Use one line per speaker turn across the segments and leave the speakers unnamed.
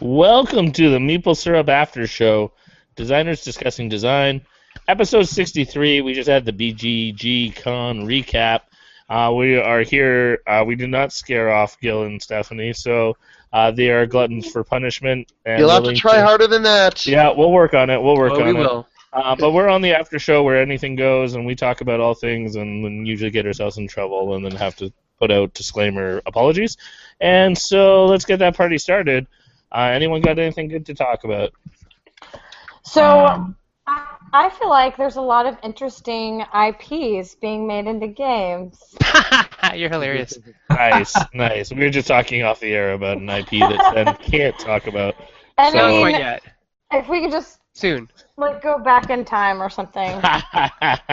Welcome to the Maple Syrup After Show, Designers Discussing Design, episode 63. We just had the BGG Con recap. Uh, we are here. Uh, we did not scare off Gil and Stephanie, so uh, they are gluttons for punishment. And
You'll have to
willing
try harder than that.
Yeah, we'll work on it. We'll work
Oh,
on
we
it.
will.
Uh, but we're on the after show where anything goes, and we talk about all things, and then usually get ourselves in trouble, and then have to put out disclaimer apologies. And so let's get that party started. Uh, anyone got anything good to talk about?
So
Um,
I, I feel like there's a lot of interesting IPs being made into games.
You're hilarious.
Nice, nice. We were just talking off the air about an IP that Sen can't talk about.
And
So-
I
Not
mean,
quite yet.
if we could just
Soon.
like go back in time or something. then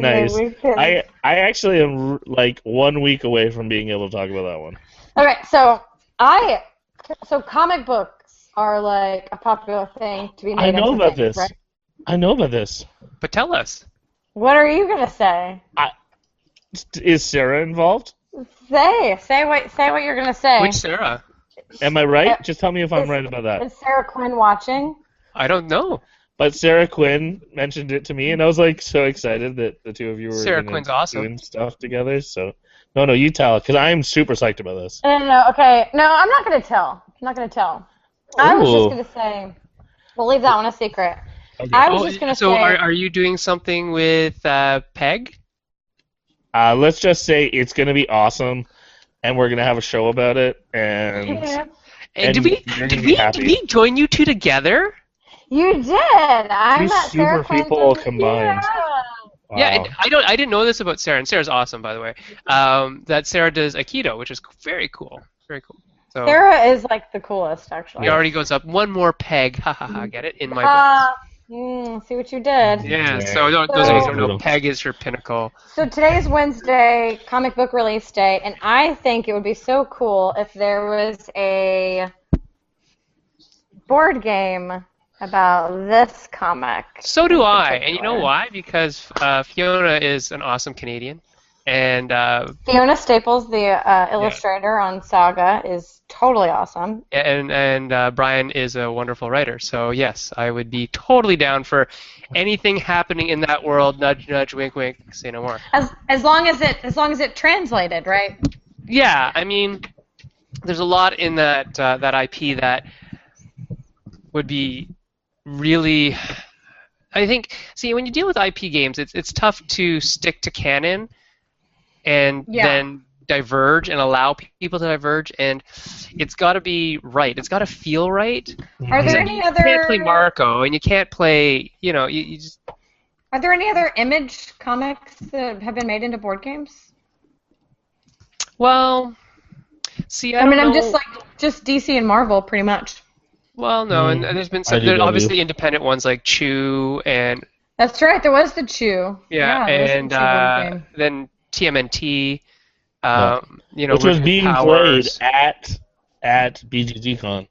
nice.
we can-
I I actually am r- like one week away from being able to talk about that one.
Okay, so I so comic books are like a popular thing to be
I
made.
know
into
about
things,
this.
right?
I know about this.
But tell us.
What are you gonna say?
Is Sarah involved?
Say, say what, say what you're gonna say.
Which Sarah?
Am I right?
Yeah.
Just tell me if I'm
Is-
right about that.
Is Sarah Quinn watching?
I don't know.
But Sarah Quinn mentioned it to me, and I was like so excited that the two of you were
Sarah
gonna
Quinn's awesome.
doing stuff together. So no, no, you tell because I'm super psyched about this.
No, no, no. Okay, no, I'm not gonna tell. I'm not gonna tell. I was
Ooh.
just gonna say, we'll leave that one a secret.
Okay.
I was just gonna
so
say-
are, are you doing something with uh, Peg?
Uh, let's just say it's gonna be awesome, and we're gonna have a show about it. And And
And, did we
you're gonna
did
be
we,
happy.
did we join you two together?
You did. I'm
Two
at Sarah
super
Quinn's
people
Instagram.
combined.
Yeah,
wow.
and I don't I didn't know this about Sarah, and Sarah's awesome by the way. Um, that Sarah does Aikido, which is very cool. Very cool. So
Sarah is like the coolest, actually.
it already goes up one more peg. Ha ha ha. Get it in my book.
Uh, mm, see what you did.
Yeah.
Yeah. So don't, those of you who don't
Brutal.
know, peg is your pinnacle.
So today's Wednesday, comic book release day, and I think it would be so cool if there was a board game about this comic.
So do
in
I, and you know
particular.
why? Because uh, Fiona is an awesome Canadian, and uh,
Fiona Staples, the uh, illustrator on Saga, is totally awesome.
and and uh, Brian is a wonderful writer. So yes, I would be totally down for anything happening in that world. Nudge, nudge, wink, wink. Say no more.
As as long as it as long as it translated, right?
Yeah, I mean, there's a lot in that uh, that IP that would be really. I think. See, when you deal with IP games, it's it's tough to stick to canon, and
Yeah.
then diverge and allow pe- people to diverge, and it's got to be right. It's got to feel right.
Are there
Except
any
You can't play
other
Marco, and you can't play. You know, you, you just.
are there any other image comics that have been made into board games?
Well, see, I,
I,
don't
mean, I'm
know-
just like just DC and Marvel, pretty much.
Well, no, and,
Mm.
and there's been some. There
IDW.
are obviously independent ones like Chew and
That's right. There was the Chew.
Yeah,
there was the
and
Chew board
uh,
game.
then TMNT, um, you know,
which was
Rutger
being
Powers.
played at at BGGCon.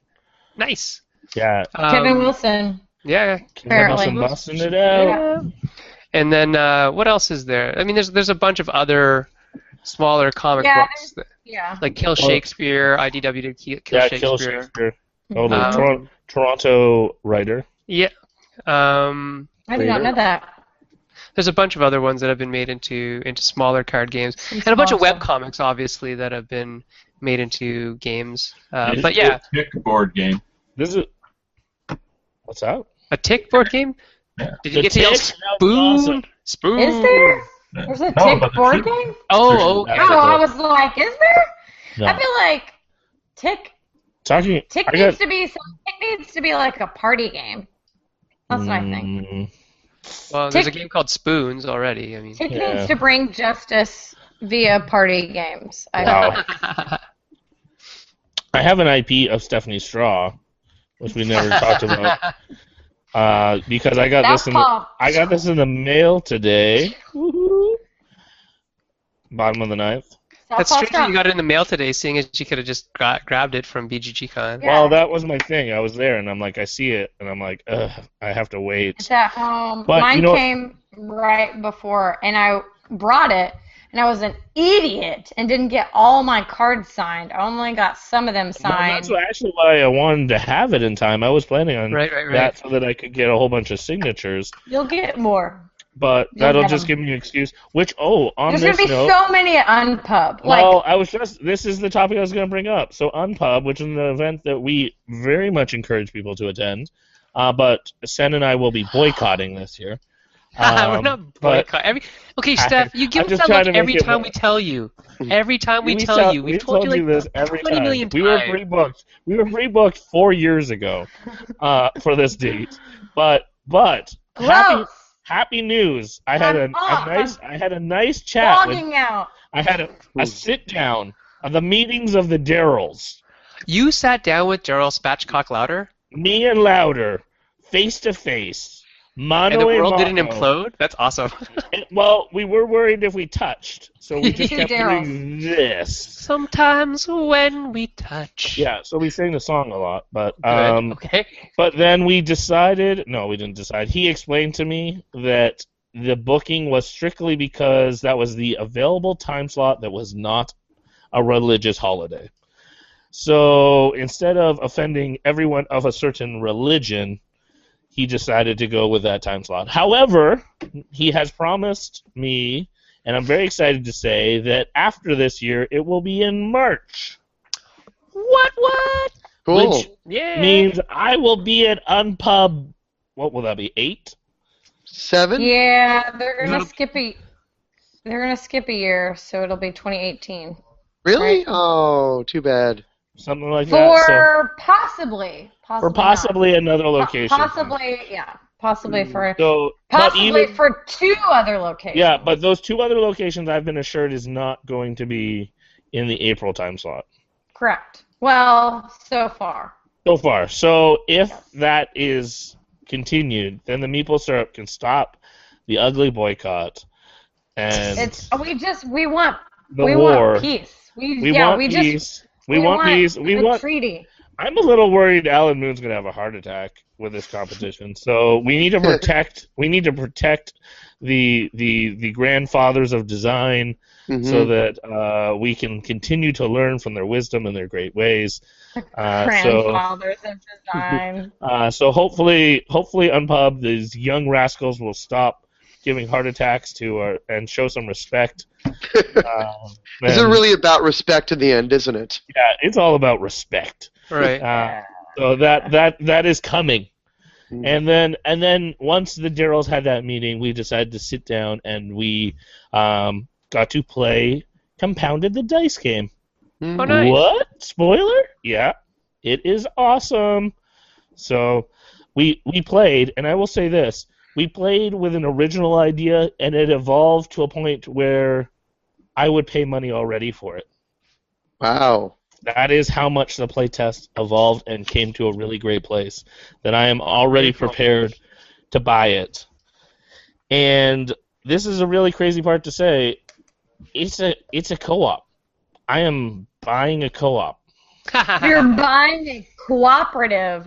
Nice.
Yeah,
Um,
Kevin Wilson.
Yeah.
Apparently.
Busting- busting it out.
Yeah.
And then uh, what else is there? I mean, there's there's a bunch of other smaller comic
Yeah,
books that-
Yeah.
like Kill Shakespeare, IDW did Ki- Kill
Oh. yeah,
Shakespeare.
kill Shakespeare.
Hmm.
Totally.
Um,
Toron- Toronto writer.
Yeah. Um,
I did not
Later.
know that.
there's a bunch of other ones that have been made into into smaller card games, and a bunch of web comics, obviously, that have been made into games. Uh, but yeah,
Pick board game.
This is what's up?
a tick board game.
Yeah.
Did you
The
get the
Tick's now
spoon?
awesome.
Spoon.
Is there? There's a
No,
Tick
but the
board
Tick-
game?
Oh,
There's
okay.
Yeah,
Oh, I
but-
was like, is there? I feel like Tick
Talking.
Tick
I
needs
got,
to be some- Tick needs to be like a party game. That's what I think.
Mm,
Well, there's a
Tick-
game called Spoons already. I mean,
Tick
Yeah.
needs to bring justice via party games. I
Wow.
think.
I have an IP of Stephanie Straw, which we never talked about, uh, because I got this in the,
Southpaw.
I got this in the mail today. Woohoo. Bottom of the ninth.
That's
Southpaw
strange that
strong.
you got it in the mail today, seeing as you could have just got, grabbed it from BGGCon.
Yeah.
Well, that was my thing. I was there, and I'm like, I see it, and I'm like, Ugh, I have to wait.
It's at home.
But you
um, Mine
know what-
came right before, and I brought it and I was an idiot and didn't get all my cards signed. I only got some of them
Well,
signed.
that's what- actually why I wanted to have it in time. I was planning on
Right, right, right.
that so that I could get a whole bunch of signatures,
You'll get more.
but
You'll
that'll
get
just
'em.
give me an excuse. Which oh, on
There's
this
gonna be
note,
so many at Unpub. Like
well, I was just this is the topic I was going to bring up. So Unpub, which is an event that we very much encourage people to attend, uh, but Sen and I will be boycotting this year.
We're
Um,
not
but-
boycott. Every okay, Steph, you
I'm
give us
just
that
trying
look
to
every
make it
time
work.
we tell you. Every time we, tell
tell-
you,
we
we've told, you like
this every
20
time.
million
We were
times.
pre-booked. We were pre-booked four years ago uh, for this date, but but happy,
gross,
happy news! I had a,
Come on.
a nice I had a nice chat. With,
blogging out.
I had a,
Hmm.
a sit down of the meetings of the Daryls,
you sat down with Daryl Spatchcock Louder,
me and Louder, face to face, mano
and the
a
world didn't
mano.
implode. That's awesome.
And- well, we were worried if we touched, so we just
You
kept
Daryls.
doing this.
Sometimes when we touch.
Yeah, so we sang the song a lot, but
Good.
um,
okay.
But then we decided no, we didn't decide. He explained to me that the booking was strictly because that was the available time slot that was not a religious holiday. So instead of offending everyone of a certain religion, he decided to go with that time slot. However, he has promised me, and I'm very excited to say, that after this year, it will be in March.
What? What?
Cool.
Which
Yeah.
means I will be at Unpub. What will that be? Eight?
Seven?
Yeah, they're gonna
Nope.
skip a. They're gonna skip a year, so it'll be 2018.
Really?
Right.
Oh, too bad.
Something like that. So
For possibly, possibly,
or
not.
possibly another
Po-
location. Hmm.
possibly, yeah, possibly for
So but
possibly
even,
for two other locations.
yeah, but those two other locations I've been assured is not going to be in the April time slot
correct. Well, so far,
so far. So if that is continued, then the meeple syrup can stop the ugly boycott and
it's we just we want
the
we
war.
want peace. We,
We
yeah,
want
we just
peace. We, want peace. We
a
want
treaty.
I'm a little worried Alan Moon's gonna have a heart attack with this competition. So we need to protect we need to protect the the the grandfathers of design
Mhm.
Mm-hmm. so that uh, we can continue to learn from their wisdom and their great ways. Uh, so
Grandfathers of design.
uh, so hopefully hopefully Unpub these young rascals will stop giving heart attacks to our and show some respect. Um,
this is
and-
really about respect in the end, isn't it?
yeah, it's all about respect.
Right.
Uh, so that that that is coming.
Mm.
And then and then once the Daryls had that meeting, we decided to sit down and we um, got to play compounded the dice game.
Hmm.
Oh, nice.
What? Spoiler? Yeah. It is awesome. So we we played and I will say this. We played with an original idea and it evolved to a point where I would pay money already for it
Wow.
that is how much the playtest evolved and came to a really great place that I am already prepared to buy it. And this is a really crazy part to say. It's a it's a co-op. I am buying a co-op.
You're buying a cooperative.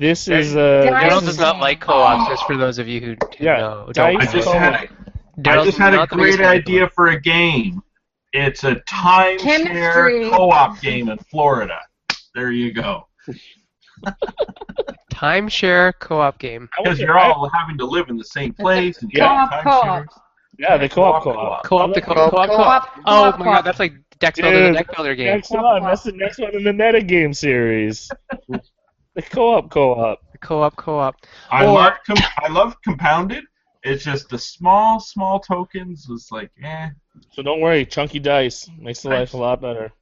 This is
Guys-
uh,
Daryl does not like co-ops. Just for those of you who who
Yeah.
know, don't
I
Dice
just
Cool.
had a,
Daryl's
I just had a
not the biggest
great
fan.
idea for a game. It's a
Chemistry.
timeshare co-op game in Florida. There you go.
Timeshare co-op game.
I
Because
wonder-
you're all having to live in the same place. And you
Co-op,
got
co-op.
timeshares.
yeah the co-op
Co-op,
co-op.
Co-op the co-op co-op co-op.
Co-op,
Oh
co-op,
my god,
co-op.
that's like deck builder the
Dude.
deck builder game.
Next one, that's the next one in the metagame series. the co-op co-op.
The co-op co-op.
I
Or-
love com- I love compounded. It's just the small small tokens was like eh.
So don't worry, chunky dice makes the life a lot better.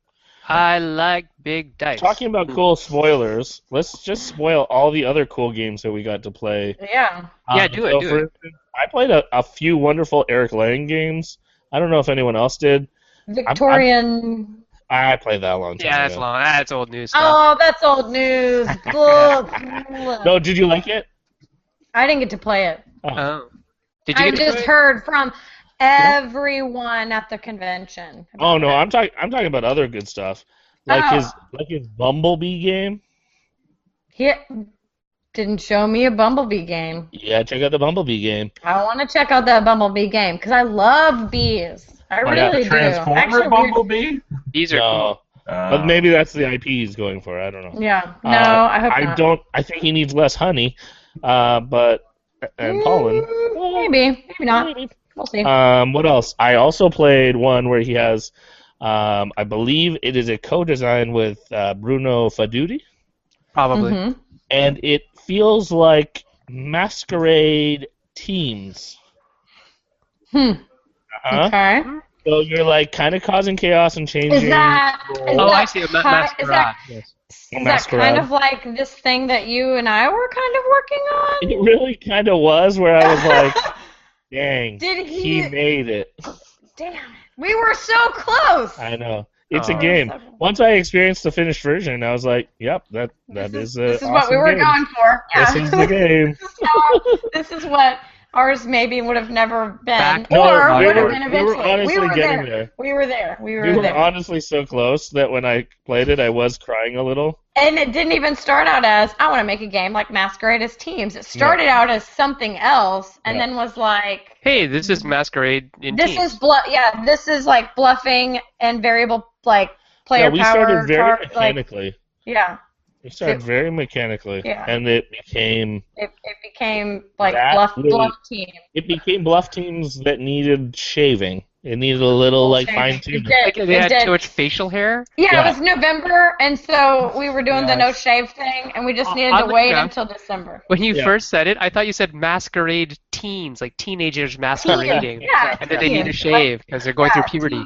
I like big dice.
Talking about
Hmm.
cool spoilers, let's just spoil all the other cool games that we got to play. Um,
Yeah.
Yeah, do it, do it.
instance, I played a, a few wonderful Eric Lang games. I don't know if anyone else did.
Victorian.
I played that a long time
yeah, that's
ago.
long. That's old news stuff.
Oh, that's old news. Blah.
No, did you like it?
I didn't get to play it.
Oh. Did you
I
get to
just
play?
heard from everyone at the convention.
Oh no, I'm talking. I'm talking about other good stuff, like
Ah.
Oh.
his like his Bumblebee game.
He didn't show me a Bumblebee game.
Yeah, check out the Bumblebee game.
I want to check out that Bumblebee game because I love bees. I
Like
really do.
Transformer
Actually, we-
Bumblebee.
These are cool.
No,
Uh,
but maybe that's the IP he's going for. I don't know.
Yeah. No,
Uh,
I hope
I
not.
don't. I think he needs less honey, uh, but and pollen.
Mm, Maybe. Maybe not. We'll see.
Um, what else? I also played one where he has, um, I believe it is a co-design with uh, Bruno Faduti,
Probably.
Mhm.
and it feels like masquerade teams.
Hmm.
Uh-huh.
Okay.
So you're like kind of causing chaos and changing.
Is that is
Oh,
Oh,
that
I see. A ma-
ki- is that-
masquerade.
Yes.
is that
Masquerade.
kind of like this thing that you and I were kind of working on?
It really kind of was where I was like, dang,
Did
he
he-
made it.
Damn it. We were so close.
I know. It's
Oh.
a game. Once I experienced the finished version, I was like, "Yep, that that is
this is,
a
this is what we
awesome
were
game.
going for. Yeah.
This is the game.
This is how- this is what ours maybe would have never been,
Back-
No,
or
we
would have
were,
been
we
eventually.
were honestly getting
there.
there.
We were there. We were
We were
there.
honestly so close that when I played it, I was crying a little.
and it didn't even start out as I want to make a game like Masquerade as Teams. It started out as something else, and
Yeah.
then was like,
Hey, this is masquerade in
this
teams.
is bluff. Yeah, this is like bluffing and variable like player
yeah, we
power.
started very
tar- like,
mechanically.
yeah,
we started very mechanically,
Yeah.
and it became
it, it became like
That
bluff
really-
bluff team.
it became bluff teams that needed shaving. It needed a little like
It
fine
did,
tuning.
Like,
it
they had
did.
too much facial hair.
Yeah,
Yeah.
it was November, and so we were doing the
Yes.
no shave thing, and we just
Uh,
needed to
oddly
wait
enough-
until December.
When you
Yeah.
first said it, I thought you said masquerade teens, like teenagers masquerading.
Yeah,
And that they need to
teens.
shave because they're going through
Yeah,
puberty.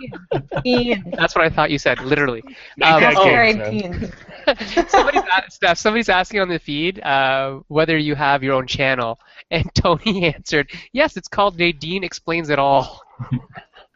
Teens.
That's what I thought you said, literally.
Make that
Um,
game,
Masquerade
son.
teens.
somebody's, a- Steph, somebody's asking on the feed uh, whether you have your own channel, and Tony answered, "Yes, it's called Nadine Explains It All."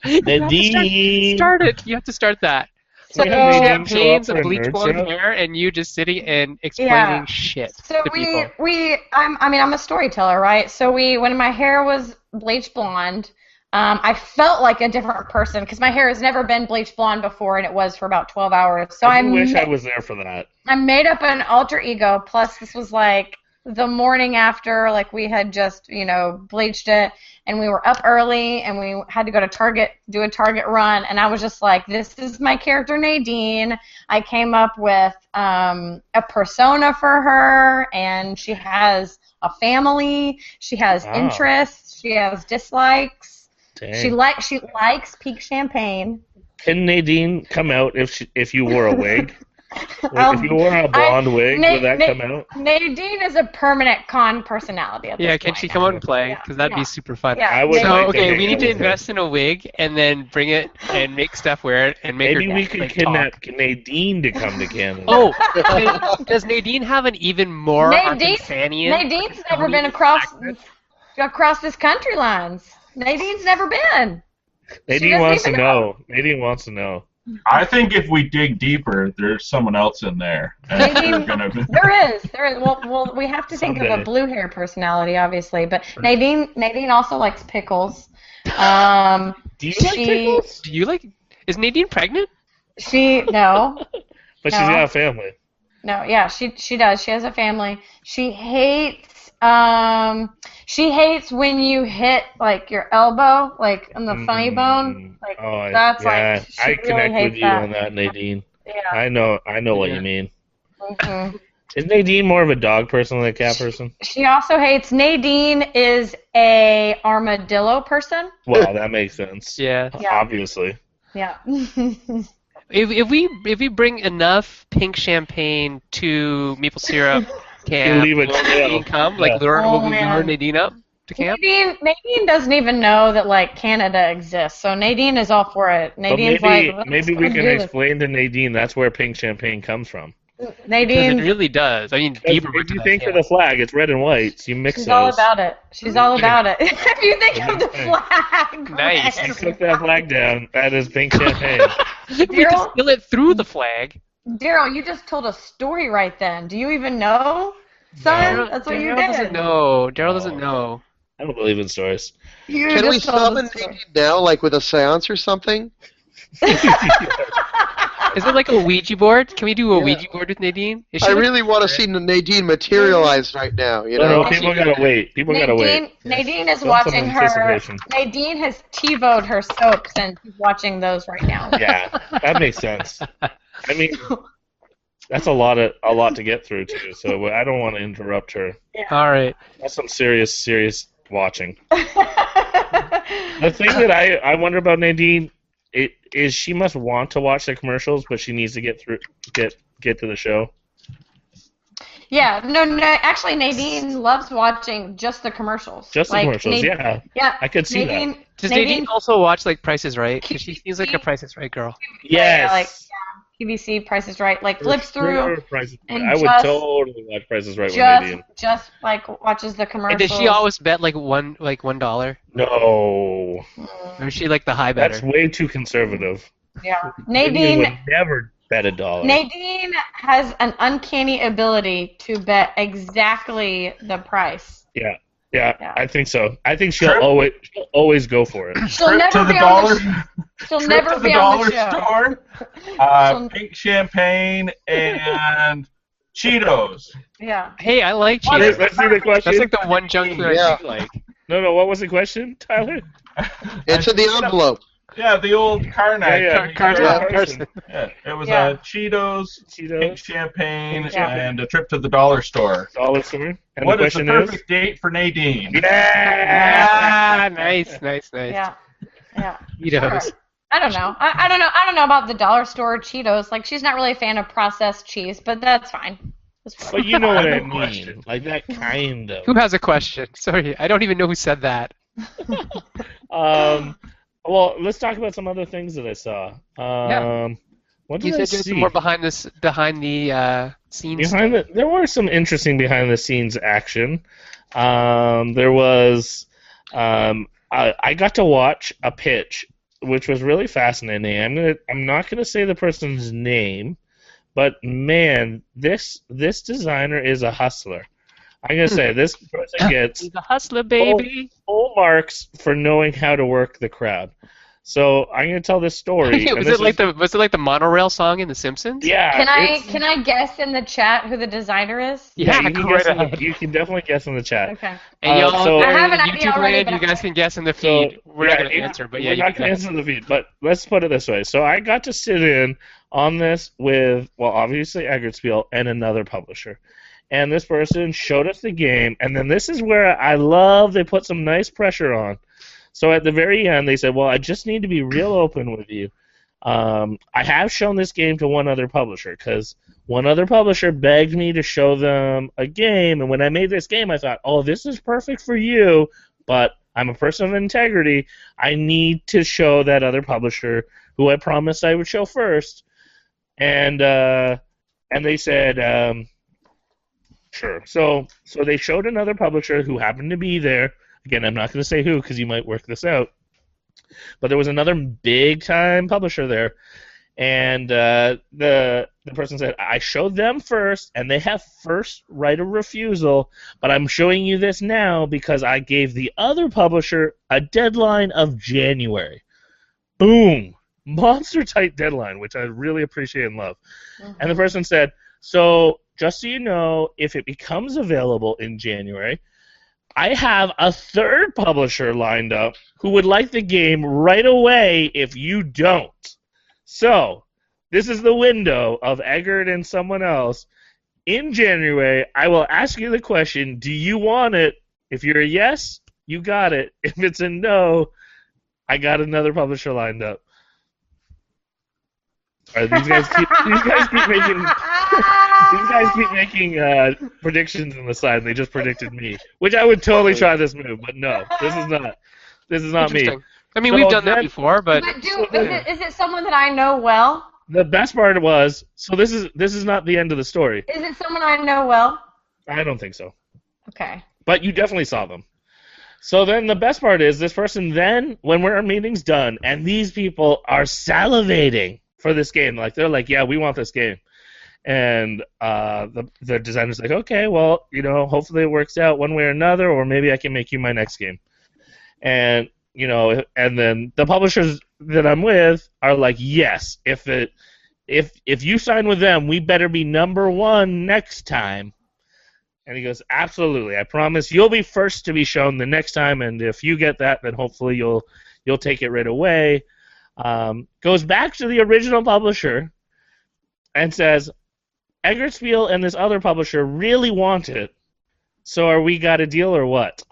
Nadine.
Start it. You have to start that.
So-
Like,
Nadine show up
champagnes,
for
a
a
bleach
nerd
blonde
show?
hair, and you just sitting and explaining
Yeah.
shit
So
to
we
people.
we I'm I mean I'm a storyteller, right? So we when my hair was bleach blonde, um, I felt like a different person because my hair has never been bleach blonde before, and it was for about 12 hours. So
I
I
wish
ma-
I was there for that.
I made up an alter ego. Plus, this was like the morning after, like we had just, you know, bleached it, and we were up early, and we had to go to Target, do a Target run, and I was just like, this is my character Nadine. I came up with um, a persona for her, and she has a family, she has
Wow.
interests, she has dislikes. She
Dang.
likes she likes pink champagne.
Can Nadine come out if she, if you wore a wig? Like, if
Um,
you wore a blonde wig,
Na-
would that
Na-
come out?
Nadine is a permanent con personality. At this
Yeah, can
point.
she come out and play?
Yeah,
Because that'd be
yeah,
super fun.
Yeah,
I would
Nadine-
So
like
okay, we
make
need to
that.
invest in a wig and then bring it and make Steph wear it and make
Maybe
her
we could
like,
kidnap
talk.
Nadine to come to Canada.
Oh, okay, does Nadine have an even more
Nadine-
Arkansanian?
Nadine's never
Arkansanian
been across
accent?
across this country lines. Nadine's never been.
Nadine
doesn't
wants to
even
know. Nadine wants to know.
I think if we dig deeper, there's someone else in there. And
Maybe-
we're gonna be-
There is. There is. Well, well we have to think of
Someday.
a blue hair personality, obviously. But Nadine, Nadine also likes pickles. Um,
Do you like
She-
pickles?
Do you like? Is Nadine pregnant?
she no,
But she's
No.
got a family.
No, yeah, she she does. She has a family. She hates um she hates when you hit like your elbow, like on the funny
Mm.
bone. Like
Oh, I-
that's
yeah,
like she
I
really
connect
hates
with you
that.
on that, Nadine.
yeah.
I know. I know what
Yeah.
you mean.
mhm.
Is Nadine more of a dog person than a cat person?
She also hates Nadine is a armadillo person.
Wow, that makes sense.
Yeah.
Yeah.
Obviously.
Yeah.
If, if we if we bring enough pink champagne to maple syrup camp,
leave a
will
trail.
Nadine come? Like
Yeah.
lure,
Oh,
will we lure
man.
Nadine up to camp?
Nadine Nadine doesn't even know that like Canada exists. So Nadine is all for it.
But
Nadine's
maybe
like
maybe we
let's
can
do this.
explain to Nadine that's where pink champagne comes from.
Because
Nadine
it really does. I mean,
If
Bieber went to
you
that
think of
camp.
the flag, it's red and white. So you mix
She's
those.
all about it. She's all about it. if you think of the
Okay.
flag.
Nice.
You
Chris.
click that flag down. That is pink champagne.
we
Daryl-
distill it through the flag.
Daryl, you just told a story right then. Do you even know? Son,
No.
that's what you
Daryl
did.
doesn't know. Daryl
No.
doesn't know.
I don't believe in stories.
You
Can we
just told a
summon
story.
Nadine now, like with a seance or something?
Is it like a Ouija board? Can we do a Ouija board with Nadine? Is
I
she like-
really want to see Nadine materialize right now. You
No,
know,
no, people gotta wait. People gotta wait.
Nadine, Nadine is
Don't put
watching her.
anticipation.
Nadine has TiVoed her soaps and she's watching those right now.
Yeah, that makes sense. I mean, that's a lot of a lot to get through too. So I don't want to interrupt her.
All right.
That's some serious, serious watching. The thing that I, I wonder about Nadine it, is she must want to watch the commercials, but she needs to get through get get to the show.
yeah, no, no. Actually, Nadine loves watching just the commercials.
Just the
Like,
commercials,
Nadine-
yeah.
Yeah.
I could see
Nadine,
Does Nadine,
Nadine-
also watch like Price is Right? 'Cause she seems like a Price is Right girl.
that. Yes.
like, PVC Price is Right, like
For
flips through,
sure, Price is Right.
and
I would
just-
totally watch prices right with
just
Nadine.
just like watches the commercials.
And does she always bet like one like one dollar?
No,
Or is she like the high
that's
better?
way too conservative.
Mm, Yeah,
would
Nadine.
never bet a dollar.
Nadine has an uncanny ability to bet exactly the price.
yeah,
Yeah.
I think so. I think she'll
True.
always she'll always go for it.
She'll
Trip
never
to the
be
dollar,
on the sh- She'll
trip
never
to the
be on
dollar
the show.
store. Uh,
She'll-
pink champagne and Cheetos.
Yeah.
Hey, I like
What
cheese.
is- let's do the question.
That's like the one junk food
Yeah.
I do like.
No, no. What was the question, Tyler?
into the envelope.
Yeah, the old Karnak.
Yeah, yeah.
Carson.
Yeah.
Carson.
Yeah, it was
Yeah.
uh, Cheetos, pink
Cheetos,
champagne,
Pink champagne.
and a trip to the dollar store.
dollar store. And
What
the
is the
question
perfect date for Nadine?
Yeah.
Ah, nice, nice, nice.
Yeah. Yeah.
Cheetos.
Sure. I don't know. I, I don't know. I don't know about the dollar store Cheetos. Like she's not really a fan of processed cheese, but that's fine. That's fine.
But you know what I
No
mean,
question.
like that kind of.
Who has a question? Sorry, I don't even know who said that.
Um, well, let's talk about some other things that I saw. Um,
Yeah.
What did
You
I
said there was
see?
some more behind this behind the uh, scenes.
behind the, there were some interesting behind the scenes action. Um, there was um, I, I got to watch a pitch, which was really fascinating. I'm gonna I'm not gonna say the person's name, but man, this this designer is a hustler. I'm
Hmm.
gonna say this person gets
He's a hustler, baby.
full marks for knowing how to work the crowd. So I'm gonna tell this story. Oh, and
was
this
it like the was it like the monorail song in The Simpsons?
yeah?
Can I
it's-
can I guess in the chat who the designer is?
Yeah,
Yeah,
you,
go
can
right
guess in the-
ahead.
you can definitely guess in the chat.
Okay.
And
Uh,
y'all out
so-
there
I
have an
in
idea
YouTube
already,
land,
but
you
I'm
guys
not-
can guess in the
So,
feed. We're
yeah,
not gonna
it-
answer, but yeah,
we're
you
not
can
gonna
guess.
answer the feed. But let's put it this way: so I got to sit in on this with, well, obviously Eggertspiel and another publisher, and this person showed us the game, and then this is where I love they put some nice pressure on. So at the very end, they said, "Well, I just need to be real open with you. Um, I have shown this game to one other publisher because one other publisher begged me to show them a game, and when I made this game, I thought, oh, this is perfect for you, but." I'm a person of integrity. I need to show that other publisher who I promised I would show first, and uh, and they said um, sure. So so they showed another publisher who happened to be there. Again, I'm not going to say who because you might work this out. But there was another big time publisher there, and uh, the the person said I showed them first, and they have first right of refusal but I'm showing you this now because I gave the other publisher a deadline of January. Boom! Monster tight deadline, which I really appreciate and love. And the person said, So, just so you know, if it becomes available in January, I have a third publisher lined up who would like the game right away if you don't. So, this is the window of Eggert and someone else. In January, I will ask you the question Do you want it? If you're a yes, you got it. If it's a no, I got another publisher lined up. All right, these guys keep, these guys keep making these guys keep making uh, predictions on the side. They just predicted me, which I would totally try this move, but no, this is not. This is not me.
Interesting. I mean,
So
we've done that
then-
before, but
But do is it, is it someone that I know well?
The best part was, so this is this is not the end of the story.
Is it someone I know well?
I don't think so,
Okay.
but you definitely saw them. So then the best part is this person then when we're our meeting's done and these people are salivating for this game like they're like yeah we want this game and uh, the the designer's like okay well you know hopefully it works out one way or another or maybe I can make you my next game and you know and then the publishers that I'm with are like yes if it if if you sign with them, we better be number one next time. And he goes, absolutely, I promise. You'll be first to be shown the next time, and if you get that, then hopefully you'll you'll take it right away. Um, goes back to the original publisher and says, Eggertsfield and this other publisher really want it, so are we got a deal or what?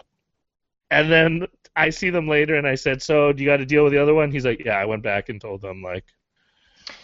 And then I see them later, and I said, so do you got a deal with the other one? He's like, yeah, I went back and told them like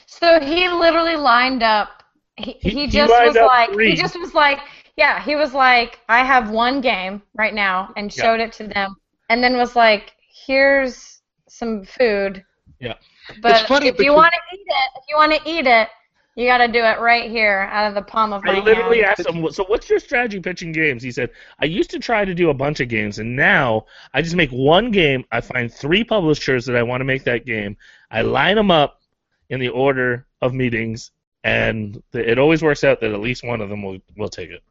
So he literally lined up. He,
He-
he,
he
just
lined
was
up
like,
three.
he just was like, yeah, he was like, I have one game right now, and
Yeah.
showed it to them, and then was like, here's some food.
Yeah.
But
It's funny
if you
because-
want to eat it, if you want to eat it, you got to do it right here out of the palm of my
I literally
hand.
asked him, so what's your strategy pitching games? He said, I used to try to do a bunch of games, and now I just make one game. I find three publishers that I want to make that game. I line them up in the order of meetings, and th- it always works out that at least one of them will, will take it.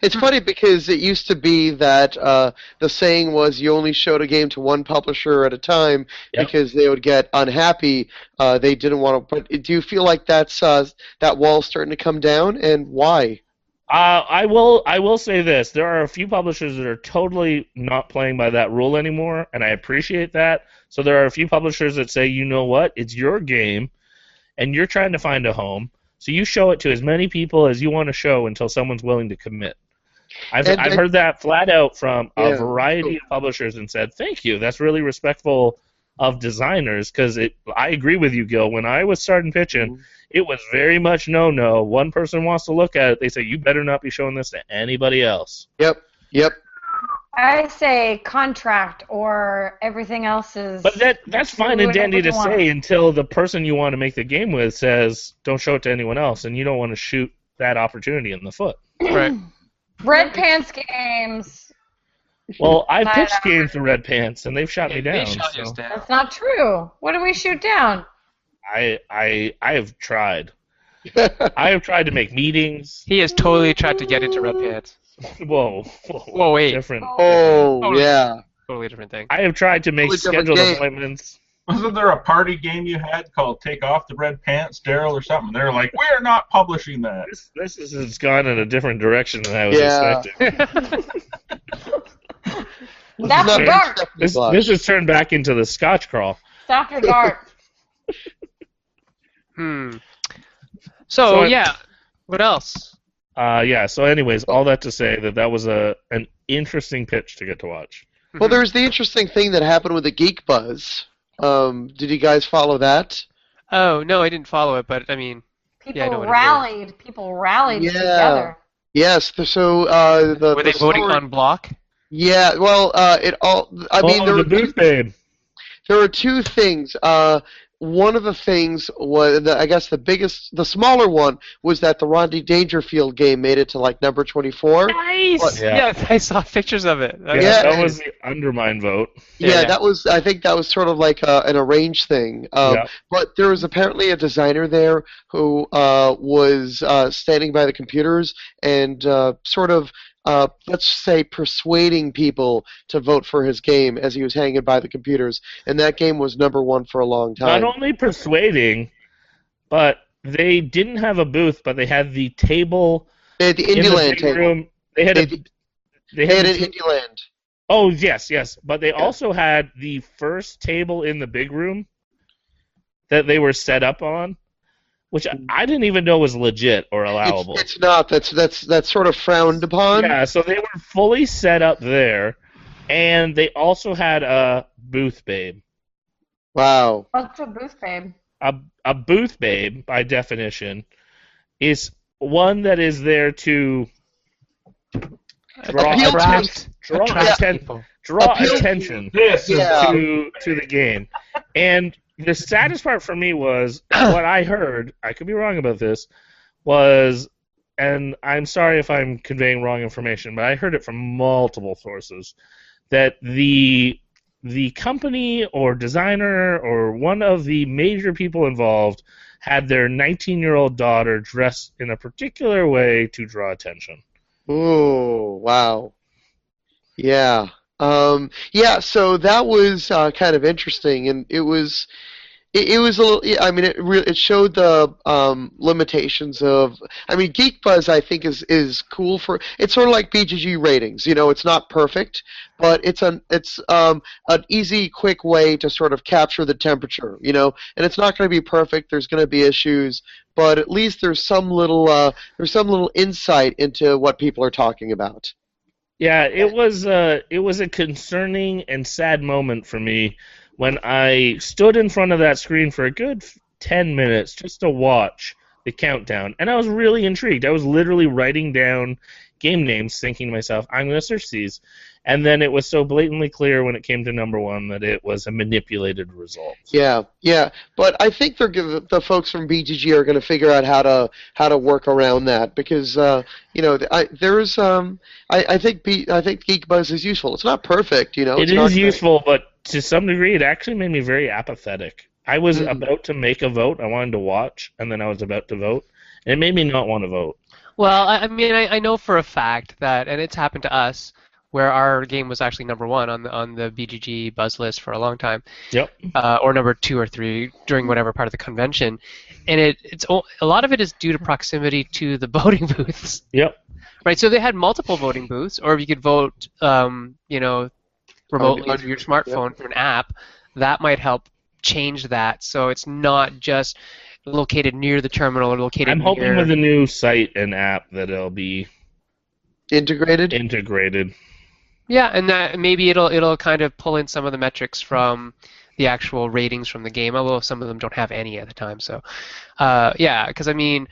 It's funny because it used to be that uh, the saying was you only showed a game to one publisher at a time
Yep.
because they would get unhappy. Uh, they didn't want to. But do you feel like that's uh, that wall's starting to come down, and why?
Uh, I will. I will say this: there are a few publishers that are totally not playing by that rule anymore, and I appreciate that. So there are a few publishers that say, you know what, it's your game, and you're trying to find a home, so you show it to as many people as you want to show until someone's willing to commit. I've,
And-
I've
and-
heard that flat out from a
Yeah.
variety of publishers and said, thank you. That's really respectful of designers because it. I agree with you, Gil. When I was starting pitching it was very much no no. One person wants to look at it, they say you better not be showing this to anybody else.
Yep. Yep.
I say contract or everything else is.
But that that's
You
fine and
would-
dandy
would
to
want-
say until the person you want to make the game with says don't show it to anyone else, and you don't want to shoot that opportunity in the foot.
Right.
Red Pants Games.
Well, I
But-
pitched games to Red Pants, and they've shot me
They
down.
shot us
so
down.
That's not true. What did we shoot down?
I I I have tried. I have tried to make meetings.
He has totally tried to get into red pants.
Whoa, whoa,
Whoa, wait.
different.
oh yeah.
Totally different thing.
I have tried to make
Totally different
scheduled
game.
appointments.
Wasn't there a party game you had called Take Off the Red Pants, Daryl, or something? They're like, we're not publishing that.
This this is- has gone in a different direction than I was
Yeah.
expecting.
This is
That's
not
dark.
Stephanie
This,
Block.
this has turned back into the Scotch crawl.
It's after dark.
hmm. So,
So it-
yeah, what else?
Uh, yeah. So, anyways, all that to say that that was a an interesting pitch to get to watch.
Well, there was the interesting thing that happened with the Geek Buzz. Um, did you guys follow that?
Oh no, I didn't follow it, but I mean,
People
Yeah, I know what it is.
rallied. People rallied
Yeah.
together.
Yes. the- So uh, the
were
the
they voting
story-
on block?
Yeah. Well, uh, it all. I mean,
oh,
there
the
were
booth babe.
there were two things. Uh, one of the things was, the, I guess, the biggest, the smaller one was that the Rodney Dangerfield game made it to like number 24.
Nice.
What?
Yeah.
Yeah. I saw pictures of it.
Yeah,
That was-
Yeah.
that was the undermine vote.
Yeah,
Yeah, yeah.
that was. I think that was sort of like uh, an arranged thing. Um,
Yeah.
But there was apparently a designer there who uh, was uh, standing by the computers and uh, sort of, uh, let's say, persuading people to vote for his game as he was hanging by the computers. And that game was number one for a long time.
Not only persuading, but they didn't have a booth, but they had the table
They had the
in the
Indieland
big
table.
room. They had
They,
a.
they
They
had
had,
an
a,
Indieland.
oh yes, yes, but they also had the first table in the big room that they were set up on, which I, I didn't even know was legit or
Hmm. It's,
allowable.
it's not. That's that's that's sort of frowned upon.
Yeah, so they were fully set up there, and they also had a booth babe.
Wow.
What's a booth babe?
A, a booth babe, by definition, is one that is there to draw,
Appeal to-
attract, draw,
Attract
atten-
people.
draw
Appeal to-
attention
This
Yeah.
is
to, to the game. And the saddest part for me was what I heard, I could be wrong about this, was, and I'm sorry if I'm conveying wrong information, but I heard it from multiple sources, that the the company or designer or one of the major people involved had their 19 year old daughter dressed in a particular way to draw attention.
Ooh, wow. Yeah. Um, yeah, so that was uh, kind of interesting, and it was it, it was a little. yeah, I mean, it re- it showed the um, limitations of. I mean, Geek Buzz I think is is cool for. It's sort of like BGG ratings. You know, it's not perfect, but it's an it's um, an easy, quick way to sort of capture the temperature. You know, and it's not going to be perfect. There's going to be issues, but at least there's some little uh, there's some little insight into what people are talking about.
Yeah, it was uh, it was a concerning and sad moment for me when I stood in front of that screen for a good f- ten minutes just to watch the countdown, and I was really intrigued. I was literally writing down game names, thinking to myself, "I'm going to search these," and then it was so blatantly clear when it came to number one that it was a manipulated result.
Yeah, yeah, but I think they're gonna- the folks from BGG are going to figure out how to how to work around that because uh, you know th- I, there's um I, I think B, I think Geek Buzz is useful. It's not perfect, you know.
It
it's not
is
great.
useful, but to some degree, it actually made me very apathetic. I was
Hmm.
Mhm.
about to make a vote. I wanted to watch, and then I was about to vote. And it made me not want to vote.
Well, I, I mean, I, I know for a fact that, and it's happened to us, where our game was actually number one on the on the BGG buzz list for a long time,
Yep.
uh, or number two or three during whatever part of the convention, and it it's o- a lot of it is due to proximity to the voting booths,
Yep.
right? So they had multiple voting booths, or if you could vote, um, you know, remotely
on
through your smartphone through an app, that might help change that. So it's not just located near the terminal or located
I'm hoping
near.
with the new site and app that it'll be
Integrated.
integrated.
Yeah, and that maybe it'll it'll kind of pull in some of the metrics from the actual ratings from the game, although some of them don't have any at the time. So, uh, yeah, because I mean,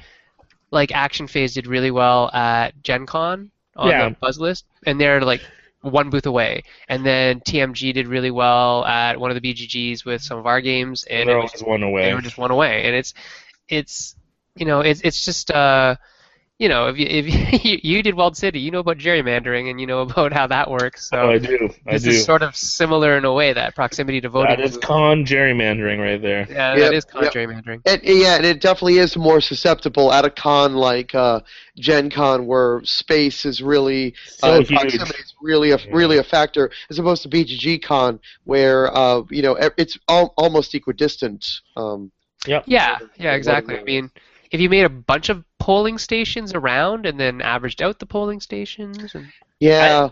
like Action Phase did really well at Gen Con on
Yeah.
the Buzz list, and they're like one booth away. And then TMG did really well at one of the BGGs with some of our games, and
They're
it
always one
they
away.
were just one away and it's it's you know it's it's just uh you know if you if you, you did Walled City you know about gerrymandering and you know about how that works
Oh,
so
I do. I
this
do.
is sort of similar in a way that proximity to voting
That is
was-
con gerrymandering right there.
yeah,
Yep,
that is kind
yep.
of gerrymandering
And, yeah, and it definitely is more susceptible at a con like uh, Gen Con, where space is really
So
uh, and
huge.
proximity is really a really a factor, as opposed to BGG Con, where uh, you know e- it's al- almost equidistant. Um,
yeah yeah
voting
exactly I
was-
mean if you made a bunch of polling stations around and then averaged out the polling stations and
yeah,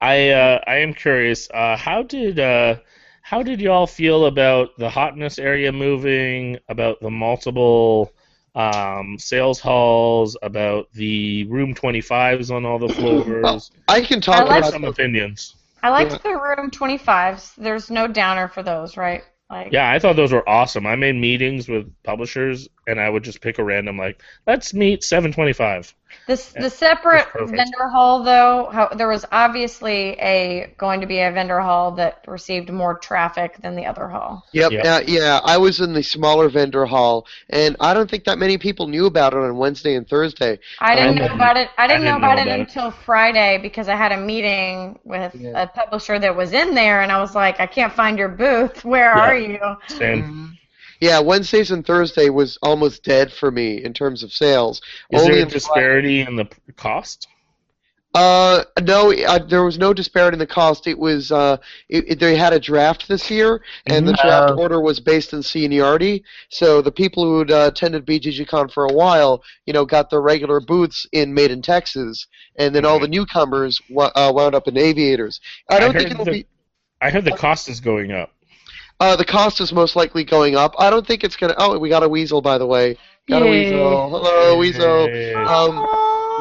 I uh, I am curious. Uh, how did uh, how did y'all feel about the hotness area moving? About the multiple um, sales halls? About the room twenty fives on all the floors?
I can talk
I like
What are
about
some opinions?
I liked the room 25s. There's no downer for those, right? Like
Yeah, I thought those were awesome. I made meetings with publishers, and I would just pick a random like, let's meet seven twenty five.
This the separate
That's perfect.
vendor hall though, how, there was obviously a going to be a vendor hall that received more traffic than the other hall.
Yep.
Yep.
Yeah. yeah. I was in the smaller vendor hall, and I don't think that many people knew about it on Wednesday and Thursday.
I didn't know
didn't-
about it. I didn't, know about it
about it.
until Friday because I had a meeting with
Yeah.
a publisher that was in there, and I was like, I can't find your booth. Where
Yeah.
are you?
Same.
Mm-hmm.
Mm-hmm. Yeah, Wednesdays and Thursday was almost dead for me in terms of sales.
Is
Only
there a
in Fri-
disparity in the p- cost?
Uh, no, uh, there was no disparity in the cost. It was uh, it, it- they had a draft this year, and the
Mhm.
draft
Oh.
order was based in seniority. So the people who'd uh, attended BGGCon for a while, you know, got their regular booths in Made in Texas, and then all the newcomers wa- uh, wound up in Aviators. I don't think
heard
it'll
the-
be.
I heard the cost is going up.
Uh, the cost is most likely going up. I don't think it's gonna. Oh, we got a weasel, by the way. Got a
Yay.
weasel. Hello, weasel.
Yay.
Um,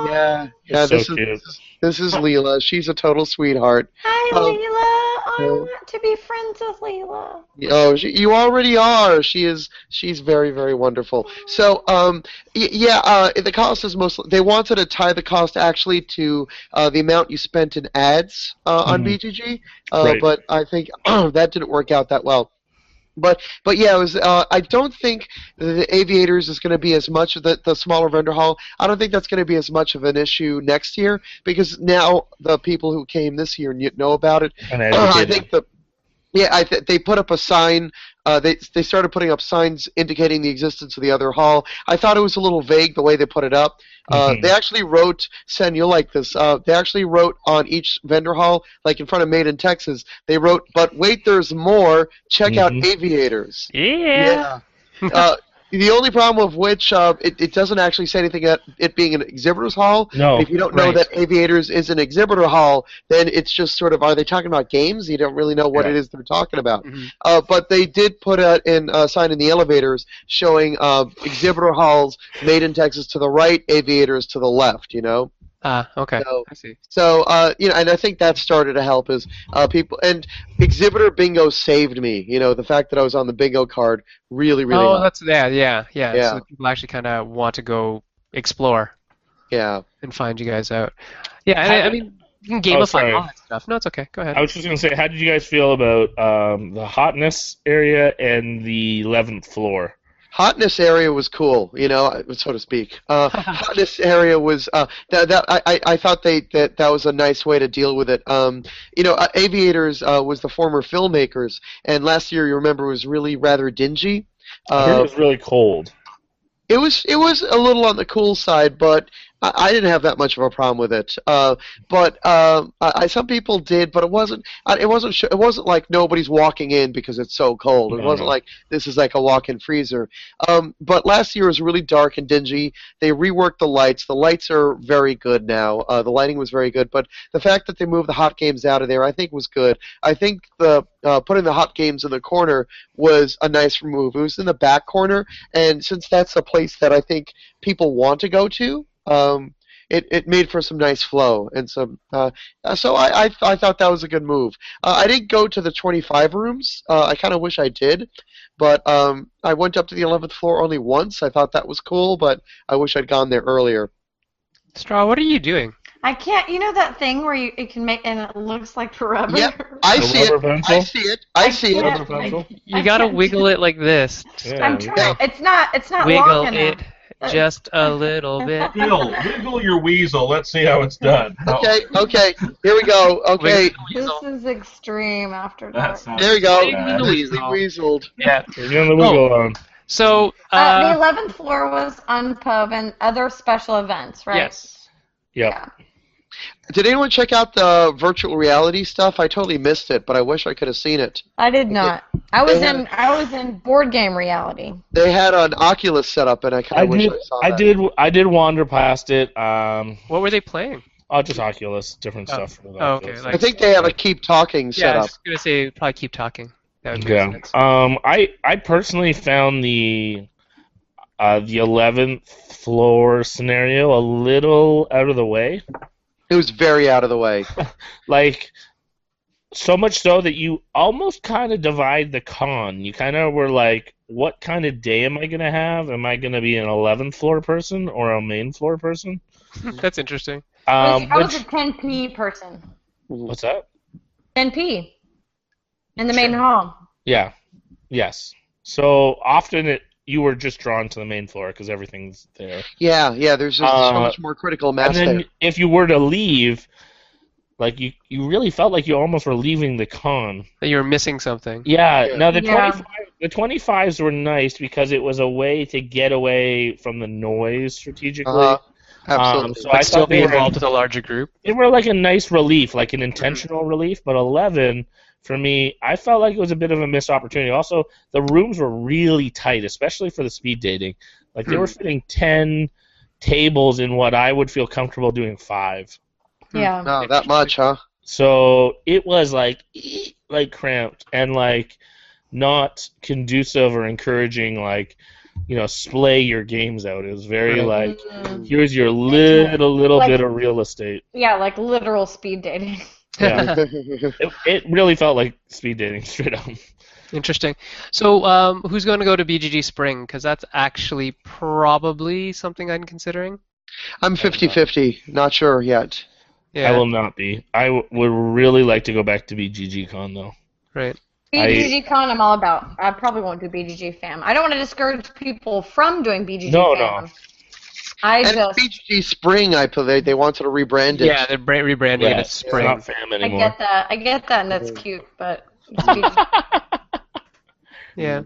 yeah, yeah.
so
This is,
cute.
this is this is Leela. She's a total sweetheart.
Hi,
Um,
Leela. I
so-
want to be friends with Leela.
Oh, she, you already are. She is. She's very, very wonderful. So, um, y- yeah. Uh, the cost is mostly. They wanted to tie the cost actually to uh, the amount you spent in ads uh, on
Mhm.
BGG, uh,
Right.
but I think that didn't work out that well. But but yeah, it was. Uh, I don't think the aviators is going to be as much of the, the smaller vendor hall. I don't think that's going to be as much of an issue next year because now the people who came this year kn- know about it.
And
Uh, I
educated.
think the Yeah, I th- they put up a sign. Uh, they they started putting up signs indicating the existence of the other hall. I thought it was a little vague the way they put it up. Uh,
Mhm.
They actually wrote, Sen, you'll like this. Uh, they actually wrote on each vendor hall, like in front of Made in Texas, they wrote, "But wait, there's more. Check
Mhm.
out Aviators."
Yeah.
uh, the only problem of which uh, it, it doesn't actually say anything about it being an exhibitors hall.
No,
if you don't know
Oh, right.
that aviators is an exhibitor hall, then it's just sort of are they talking about games? You don't really know what
Yeah.
it is they're talking about.
Mhm.
Uh, but they did put out in uh, sign in the elevators showing uh, exhibitor halls made in Texas to the right, aviators to the left. You know,
Ah, okay.
so
I see.
so uh, you know, and I think that started to help is uh, people and exhibitor bingo saved me. You know, the fact that I was on the bingo card really really
oh,
helped.
that's yeah, yeah, yeah.
Yeah.
So that people actually kind of want to go explore
yeah.
and find you guys out. Yeah, and I, I mean, you can
Oh,
gamify
sorry.
all that stuff. No, it's okay. Go ahead.
I was just gonna say, how did you guys feel about um, the hotness area and the eleventh floor?
Hotness area was cool, you know, so to speak. Uh, hotness area was uh, that, that I, I I thought they that that was a nice way to deal with it. Um, you know, uh, Aviators uh, was the former filmmakers, and last year you remember was really rather dingy.
I heard it
Uh,
was really cold.
it was it was a little on the cool side, but I, I didn't have that much of a problem with it. Uh, but uh, I, I- some people did, but it wasn't I- it wasn't sh- it wasn't like nobody's walking in because it's so cold. It
No,
wasn't
no.
like this is like a walk-in freezer. Um, but last year was really dark and dingy. They reworked the lights. The lights are very good now. Uh, the lighting was very good, but the fact that they moved the hot games out of there, I think, was good. I think the uh, putting the hot games in the corner was a nice move. It was in the back corner, and since that's a place that I think people want to go to, um, it, it made for some nice flow and some. Uh, uh, so I, I I thought that was a good move. Uh, I didn't go to the 25 rooms. Uh, I kind of wish I did, but um, I went up to the 11th floor only once. I thought that was cool, but I wish I'd gone there earlier.
Straw, what are you doing?
I can't. You know that thing where you it can make and it looks like rubber.
Yeah, I
The
see it.
rubber
I
pencil.
see it. I see it.
Rubber
Yeah, I-
pencil.
You
I
gotta
can't.
wiggle it like this. um,
Yeah.
I'm trying. It's not. It's not
Wiggle
long
it
enough.
just a little bit.
Deal, wiggle your weasel. Let's see how it's done. Oh,
Okay, okay. Here we go. Okay,
Wiggle the
This
weasel.
is extreme after
that
dark.
sounds
there we go.
Wiggle the
Nicely weaseled.
Yeah.
You're on the wiggle on.
So,
Uh, the
uh,
eleventh floor was unpub and other special events, right?
yes.
Yep.
Yeah.
Did anyone check out the virtual reality stuff? I totally missed it, but I wish I could have seen it.
I did not. I was
They
in. I was in board game reality.
They had an Oculus set up, and I kind
I
of wish
did.
I saw
I
that.
did. I did wander past it. Um,
What were they playing?
oh, just Oculus, different
Oh.
stuff. from the
Oh, okay,
Oculus.
like-
I think they have a keep talking
Yeah,
set
I
up.
was just gonna say probably keep talking. That would make
Yeah.
sense.
Um, I I personally found the uh, the eleventh floor scenario a little out of the way.
It was very out of the way.
Like so much so that you almost kind of divide the con. You kind of were like, what kind of day am I gonna have? Am I gonna be an eleventh floor person or a main floor person?
That's interesting.
I was-
Um,
I was
which-
a 10p person.
what's that?
10p in the main hall.
Yeah. Yes. So often it you were just drawn to the main floor because everything's there.
Yeah, yeah. There's just so
Uh,
much more critical
and
mass
then
there.
if you were to leave, like you, you really felt like you almost were leaving the con.
That you were missing something.
Yeah.
Yeah.
Now the
Yeah.
twenty five the twenty fives were nice because it was a way to get away from the noise strategically.
Uh-huh,
Um,
absolutely.
so
But
I
still
thought
be
they were,
involved with a larger group.
they were like a nice relief, like an intentional relief. But eleven for me, I felt like it was a bit of a missed opportunity. Also, the rooms were really tight, especially for the speed dating. Like they were fitting ten tables in what I would feel comfortable doing five.
Hmm.
Yeah.
no, that much, huh?
So it was like eek, like cramped and like not conducive or encouraging like you know splay your games out. It was very
Right.
like
Mm.
here's your little little
Like-
bit of real estate.
Yeah, like literal speed dating.
Yeah. It, it really felt like speed dating straight up.
Interesting. So, um, who's going to go to BGG Spring? Because that's actually probably something I'm considering.
I'm 50-50. Not sure yet.
Yeah.
I will not be. I w- would really like to go back to BGG Con though.
Right.
I-
BGG con, I'm all about. I probably won't do BGG fam. I don't want to discourage people from doing BGG
No,
fam. I
And
just
BGG Spring, I put- they they wanted to rebrand it.
Yeah, they're bra- rebranding it
Yeah,
as
it's
Spring.
not fam
I
anymore.
get that. I get that, and that's cute, but
Mm-hmm.
Yeah.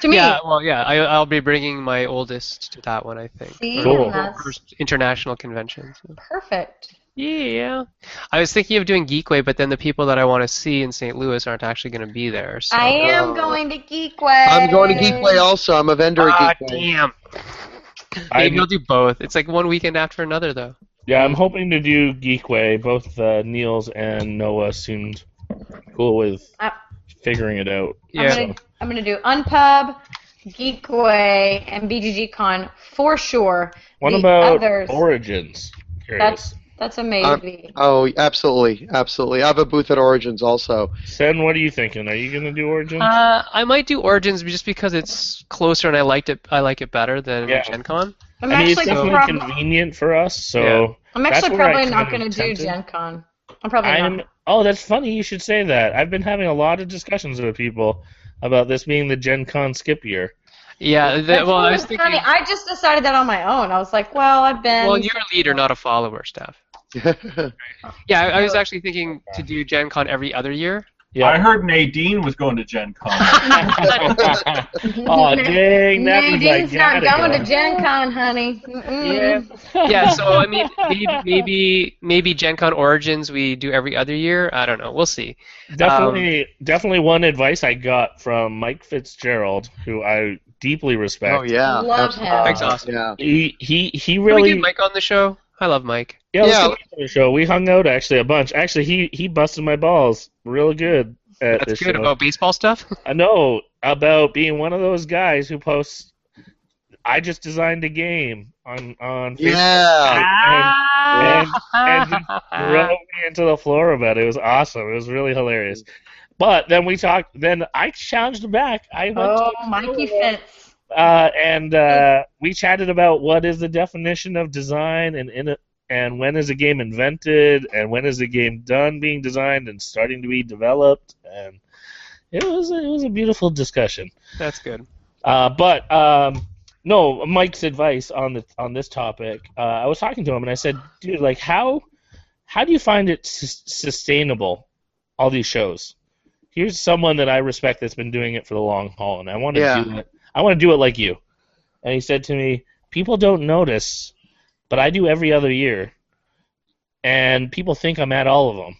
to me.
Yeah. Well, yeah. I, I'll be bringing my oldest to that one. I think.
See,
Cool.
and that's
First international convention. so.
perfect.
Yeah. I was thinking of doing Geekway, but then the people that I want to see in St. Louis aren't actually going to be there. So.
I am
uh,
going to Geekway.
I'm going to Geekway also. I'm a vendor
Ah,
at Geekway.
damn.
I'm-
Maybe I'll do both. It's like one weekend after another, though.
Yeah, I'm hoping to do Geekway. Both uh, Niels and Noah seemed cool with
Uh,
figuring it out.
Yeah.
I'm gonna, I'm gonna do Unpub, Geekway, and BGG Con for sure.
What
The
about
others-
Origins? Curious.
That's that's amazing.
Oh, absolutely, absolutely. I have a booth at Origins also.
Sen, what are you thinking? Are you gonna do Origins?
Um,
Uh, I might do Origins just because it's closer and I liked it. I like it better than
Yeah.
Gen Con.
I'm
I mean, it's
actually
definitely
prob-
convenient for us. So
Yeah.
I'm
that's
actually
where I
probably
kind
not
of
gonna do
tempted.
Gen Con. I'm probably
I'm.
not.
Oh, that's funny. You should say that. I've been having a lot of discussions with people about this being the Gen Con skip year.
Yeah. The,
That's
well, I
really
was thinking.
funny. I just decided that on my own. I was like, well, I've been.
Well, you're a leader, not a follower, Steph. Yeah, I, I
Oh,
was actually thinking to do Gen Con every other year.
I
Yeah.
heard Nadine was going to Gen Con.
oh dang! That means I
Nadine's not
gotta
going
go.
to Gen Con, honey. Mm-mm.
Yeah, so I mean, maybe maybe, maybe Gen Con Origins we do every other year. I don't know. We'll see.
Definitely, definitely one advice I got from Mike Fitzgerald, who I deeply respect.
oh yeah,
Love him.
absolutely.
Mike's awesome.
Yeah.
He he he
Can we
really
get Mike on the show? I love Mike.
yeah. let's
Yeah.
get Mike on the show. We hung out actually a bunch. Actually, he he busted my balls real good at
That's
this
good
show.
about baseball stuff.
I know about being one of those guys who posts. I just designed a game on on
Yeah.
and- and
Ah.
drove me into the floor about it. It was awesome. It was really hilarious. But then we talked. Then I challenged him back. I went
Oh,
to
Mikey Fitz.
uh, and uh, we chatted about what is the definition of design and in and when is a game invented and when is a game done being designed and starting to be developed and it was it was a beautiful discussion.
That's good.
Uh, but um, no, Mike's advice on the on this topic. Uh, I was talking to him and I said, dude, like how how do you find it sus- sustainable? All these shows. Here's someone that I respect that's been doing it for the long haul, and I want to
Yeah.
do it. I want to do it like you. And he said to me, people don't notice, but I do every other year, and people think I'm at all of them.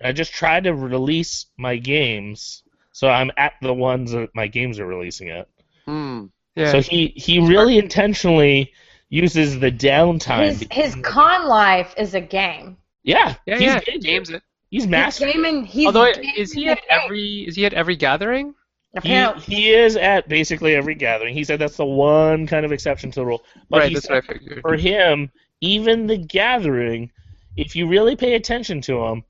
And I just try to release my games, so I'm at the ones that my games are releasing at.
Hmm.
Yeah.
So he, he really intentionally uses the downtime.
His, his con life is a game.
yeah,
yeah,
he's
yeah.
good.
Games it.
He's
He's
master.
gaming. He's
Although,
gaming
is he
the
at
game.
every is he at every gathering?
He,
Apparently.
he is at basically every gathering. He said that's the one kind of exception to the rule. But
right.
he
That's
said
what I figured.
for him, even the gathering, if you really pay attention to him,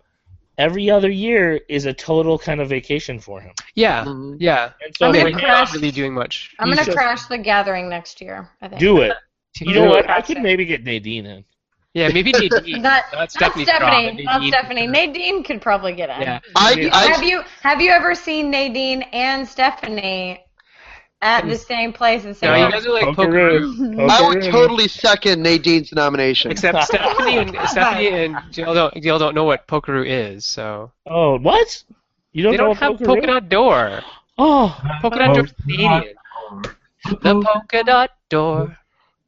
every other year is a total kind of vacation for him.
Yeah.
Hmm.
Yeah.
And so
I'm
for
gonna
Like,
him,
he's
crash.
not really doing much.
I'm
he's
gonna
just-
crash the gathering next year. I think.
do it. You know
Do
what?
it.
I could maybe get Nadine in.
Yeah, maybe Nadine.
Not,
That's
not
Stephanie's problem.
Stephanie. Not
Nadine.
Stephanie. Nadine could probably get in.
Yeah.
I,
have
I,
you have you ever seen Nadine and Stephanie at the same place in
No,
St.
you
Yeah.
Louis?
guys are like
Pokeroo.
pokeroo.
Pokeroo.
I would totally second Nadine's nomination.
Except Stephanie and Stephanie and Jill don't Jill don't know what pokeroo is, so
Oh, what? You don't
they
know
don't have
Pokeroo?
polka dot door.
Oh,
Polka dot door's Canadian. The polka dot door.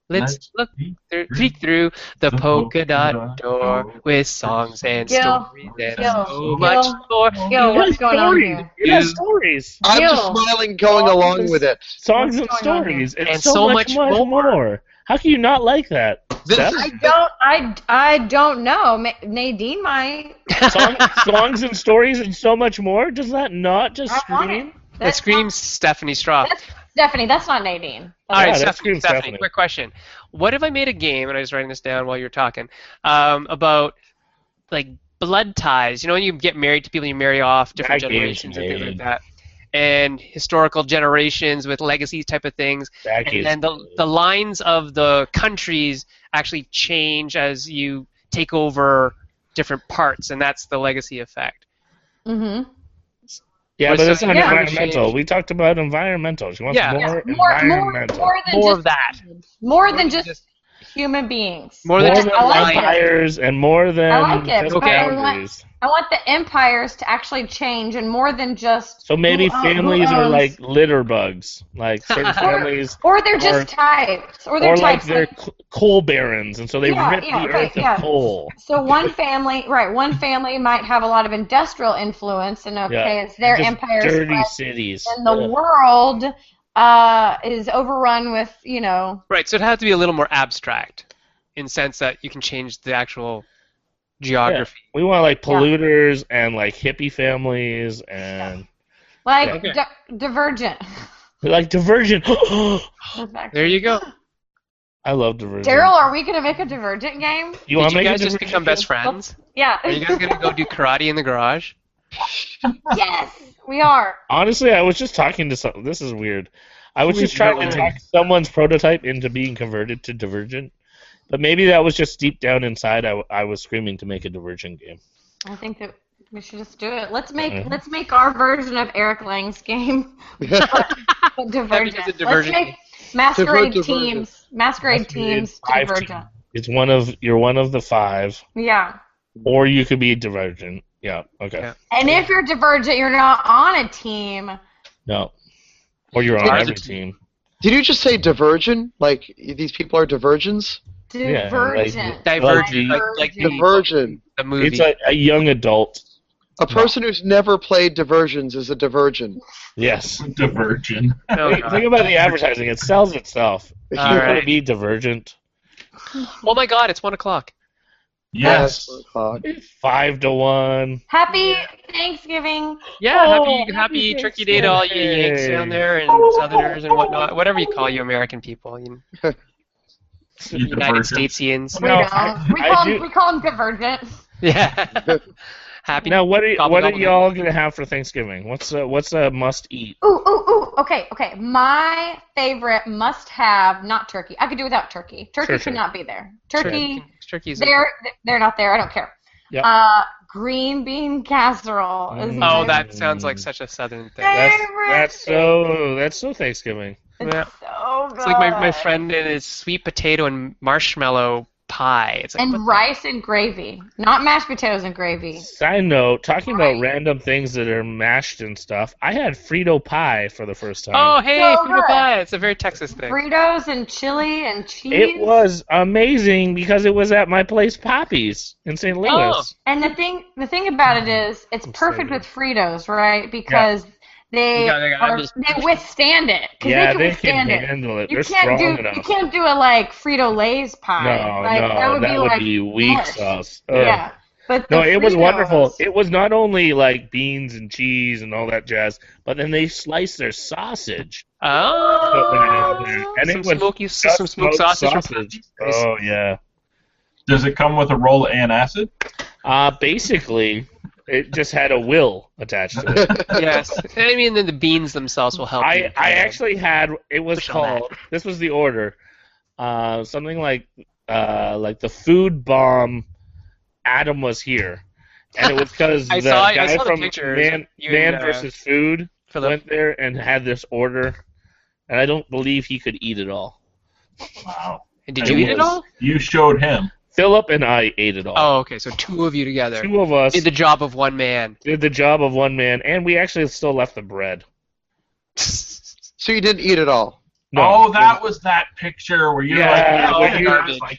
Let's look through, peek through the polka dot door with songs and
Gil,
stories and
Gil,
so much more.
Yo, what's going on here?
you have
Is-
stories.
I'm just
Ew.
smiling, going along with it.
songs and
What's going on
stories, and,
And
so,
so
much,
much
more. How can you not like that?
This,
Steph?
I don't. I, I don't know. Ma- Nadine might.
Song, songs and stories, and so much more. Does that not just
I want it.
scream?
That
That's
screams Stephanie Straw.
That's Stephanie. That's not Nadine.
All
Yeah,
right,
that
Stephanie,
screams
Stephanie,
Stephanie.
quick question. What if I made a game, and I was writing this down while you were talking, um, about like blood ties? You know, when you get married to people, you marry off different
That game's
generations and things like
made.
that, and historical generations with legacies type of things.
That
And
is-
then the, the lines of the countries actually change as you take over different parts, and that's the legacy effect.
Mm-hmm.
yeah,
was
but
so-
it's not
Yeah.
environmental. We talked about environmental. She wants
Yeah.
more
More, more,
environmental.
more than
More
just
of that.
more than just human beings.
More
more
than
than
just
I like it.
empires and more than
I like it,
physical
but I
want-
boundaries.
I want the empires to actually change and more than just
So maybe
who own- who
families are
owns-
like litter bugs, like certain families,
or they're just
or-
types or they're
or like
types.
they're c- coal barons, and so they
Yeah,
rip
yeah,
the
right,
earth of
yeah.
coal.
so one family, right? One family might have a lot of industrial influence, and okay,
Yeah.
it's their
Just
empire.
dirty
spread,
cities.
and the
Ugh.
world uh, is overrun with you know
Right, so it'd have to be a little more abstract in sense that you can change the actual geography.
We want like
Yeah.
polluters and like hippie families and
like
Yeah.
Okay.
di- divergent.
like Divergent. I
There you go.
love Divergent.
Daryl, are we gonna make a divergent game?
you
Did
want
you
make a
guys just
Divergent
become
game?
best friends?
Yeah.
Are you guys gonna go do karate in the garage?
yes, we are.
Honestly, I was just talking to some. This is weird. I was
Weird
just trying to
villains.
talk someone's prototype into being converted to Divergent, but maybe that was just deep down inside. I, I was screaming to make a Divergent game.
I think that we should just do it. Let's make
Mhm.
let's make our version of Eric Lang's game. divergent.
becomes a divergent
Let's make masquerade
Divert, divergent.
teams. Masquerade
Masquerade
teams.
five
Divergent.
It's one of you're one of the five,
Yeah.
or you could be Divergent. Yeah. Okay.
Yeah.
And if you're divergent, you're not on a team.
No. Or you're on
Divergent.
every team.
Did you just say divergent? Like these people are divergents?
Yeah,
Divergent.
Divergent, like, like the,
Divergent.
the movie.
It's a, a young adult.
A person who's never played diversions is a divergent.
Yes.
Divergent.
Oh,
Think-
God.
Think about the advertising. It sells itself. If
All
you're going
right.
to be divergent,
oh my God! It's one o'clock.
Yes.
Yes, fuck.
five to one.
Happy Thanksgiving.
Yeah,
Oh,
happy,
happy
happy turkey day to all you
Thanksgiving.
Yanks down there and Southerners and whatnot, whatever you call you American people, you
You
United
divergent.
Statesians.
We
No,
don't.
I-
we
I
call
do-
him, we call him divergent.
Yeah. happy.
Now, what are
Gobble,
what are
gobble.
y'all gonna have for Thanksgiving? What's a, what's a must eat?
Ooh, ooh, ooh. Okay, okay. My favorite must-have, not turkey. I could do without turkey. Turkey
Sure,
should
sure.
not be there. turkey
turkey. Turkey's a-
They're they're not there. I don't care.
Yep.
Uh, green bean casserole is
Mm.
my
Oh, that sounds like such a Southern thing.
Hey.
That's
Favorite
that's so that's so Thanksgiving.
it's
Yeah.
so good.
It's like my, my friend and his sweet potato and marshmallow pie. It's like,
And
what the-
rice and gravy, not mashed potatoes and gravy.
Side note: talking
Right.
about random things that are mashed and stuff. I had Frito pie for the first time.
Oh, hey,
So
fruit
good.
pie. It's a very Texas thing.
Burritos and chili and cheese.
It was amazing because it was at my place, Poppy's in St. Louis.
Oh.
And the thing the thing about it is,
It's
it's
so
perfect
good.
with Fritos, right? Because they
Yeah, they got-
are,
I'm just-
they withstand it. 'cause
yeah,
they can
they can
withstand it.
handle it.
You
They're strong
can't do
enough.
you can't do a like Frito Lay's
no,
pie. like,
no,
that would be like
weak
mush.
sauce. Ugh.
yeah. But
No,
the
it was wonderful.
Fritos-
It was not only like beans and cheese and all that jazz, but then they sliced their sausage.
Oh.
And it
some
was
smoky, some smoked sausage. from Patty's.
Oh yeah.
Does it come with a roll of antacid?
Uh basically, it just had a will attached to it.
yes. I mean, then the beans themselves will help. you
Oh. I I
kind of-
actually had it was
Push on that.
called this was the order, uh something like uh like the food bomb. Adam was here, and it was because
I
the
saw- I
guy
saw the
from
pictures.
Man
You
Man
and, uh,
versus Food.
Philip.
went there and had this order, and I don't believe he could eat it all.
Wow.
Did you eat it
was-
all?
You showed him.
Philip and I ate it all.
Oh, okay. So two of you together
Two of us
did the job of one man.
did the job of one man, and we actually still left the bread.
So you didn't eat it all.
No,
oh, that was that picture where you're
Yeah,
like, oh,
where
and
you-
I was like,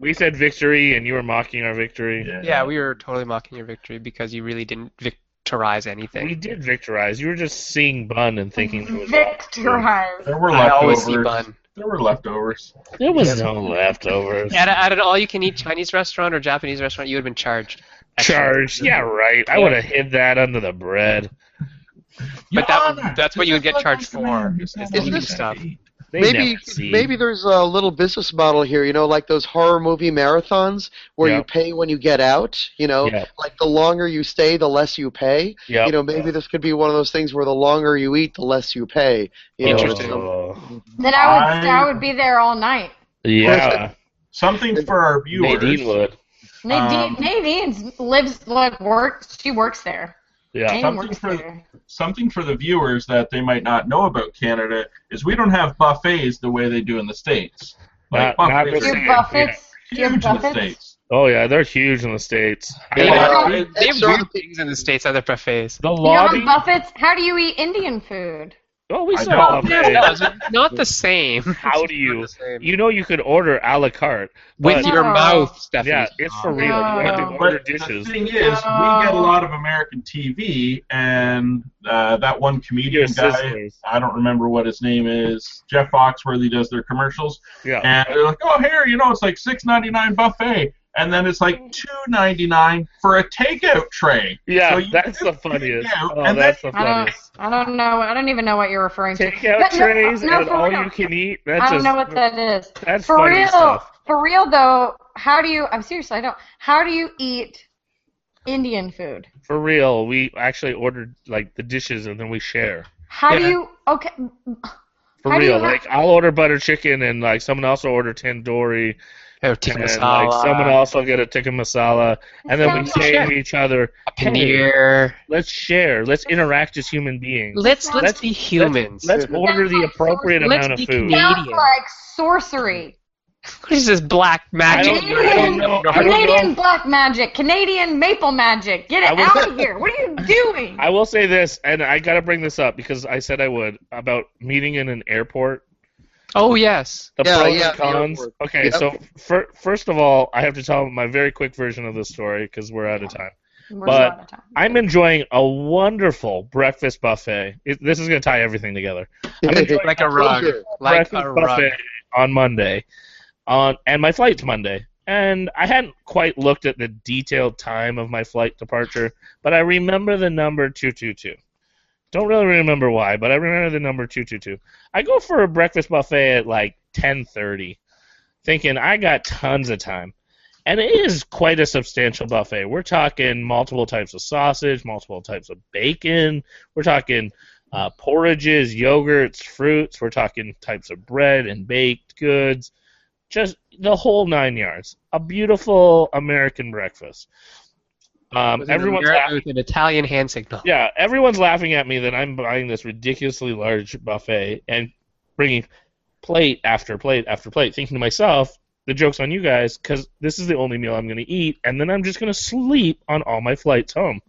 we said victory, and you were mocking our victory.
no.
Yeah, we were totally mocking your victory because you really didn't victorize anything.
We did victorize. You were just seeing bun and thinking it was.
Victorize.
There were
I always
leftovers.
see bun.
There were leftovers.
There was no leftovers.
At, a, at an all-you-can-eat Chinese restaurant or Japanese restaurant, you would have been charged.
Charged. Yeah, right. I
Yeah.
would have hid that under the bread.
But that- that's what you would get charged for,
Is
is
the
this
least
stuff.
They
maybe
never
you could-
see.
maybe there's a little business model here, you know, like those horror movie marathons where
Yeah.
you pay when you get out, you know,
Yeah.
like the longer you stay, the less you pay.
Yep.
You know, maybe this could be one of those things where the longer you eat, the less you pay. You know,
Interesting.
some-
Oh.
Then I would
I-
I would be there all night.
Yeah.
Something for our viewers.
Nadine would.
Nadine
Um,
Nadine lives like works she works there.
Yeah.
Nadine
something
works
for-
there.
Something for the viewers that they might not know about Canada is we don't have buffets the way they do in the States. Like
Not- not
Buffalo
the
is
same.
Your buffets. Your
huge in the
buffets.
states.
Oh yeah, they're huge in the states.
They,
Yeah.
have-
Yeah.
they have
Sure.
weird things in the states at their buffets.
The
You don't
lobby.
have buffets. How do you eat Indian food?
oh, we
I
saw a
don't.
buffet.
No, it's not the same.
How do you?
It's not the same.
You know you could order a la carte.
With
but-
your
No.
mouth, Stephanie.
Yeah, it's for real. You have to
No.
order
But
dishes.
the thing is, we get a lot of American TV, and uh, that one
Your
comedian guy,
sisters.
I don't remember what his name is, Jeff Foxworthy does their commercials,
Yeah.
and they're like, oh, here, you know, it's like six ninety nine buffet, and then it's like two ninety nine for a takeout tray.
Yeah,
So you
that's
just
the
take it
funniest.
out,
Oh,
and
that's the
I don't.
funniest.
I don't know. I don't even know what you're referring to.
Take out
But no,
trays
no,
and
for
all
real.
you can eat. That's
I don't
just,
know what that is.
That's
For
funny
real.
stuff.
For real though, how do you? I'm seriously. I don't. How do you eat Indian food?
For real, we actually ordered like the dishes and then we share.
How do
Yeah.
you? Okay.
For
How do you
real,
ha-
like I'll order butter chicken and like someone else will order tandoori
Oh, tikka
and
masala,
like someone else will get a tikka masala and then we
Sounds
say
like-
to each other,
a paneer.
let's share, let's interact as human beings.
Let's let's,
Let's-
be humans.
Let's
Let's-
order the appropriate
let's
amount of
be
food.
Canadian.
Sounds like sorcery.
what is this black
I
magic?
don't know. I don't know. I don't know.
Canadian black magic. Canadian maple magic. Get
I
it
was-
out of here. What are you doing?
I will say this, and I gotta bring this up because I said I would about meeting in an airport.
Oh yes.
The
Yeah,
pros
yeah,
and
the
cons.
airport.
Okay,
Yep.
so fir- first of all, I have to tell my very quick version of the story because we're out of time.
We're
but-
out of time.
I'm enjoying a wonderful breakfast buffet. It, this is going to tie everything together. I'm enjoying
Like a rug. Like
breakfast
a rug.
buffet on Monday, on and my flight's Monday. And I hadn't quite looked at the detailed time of my flight departure, but I remember the number two two two. Don't really remember why, but I remember the number two two two. I go for a breakfast buffet at like ten thirty, thinking I got tons of time. And it is quite a substantial buffet. We're talking multiple types of sausage, multiple types of bacon. We're talking uh, porridges, yogurts, fruits. We're talking types of bread and baked goods. Just the whole nine yards. A beautiful American breakfast. Um,
With an
everyone's
Ameri-
happy.
with an Italian hand signal.
Yeah, everyone's laughing at me that I'm buying this ridiculously large buffet and bringing plate after plate after plate, thinking to myself, the joke's on you guys because this is the only meal I'm going to eat, and then I'm just going to sleep on all my flights home.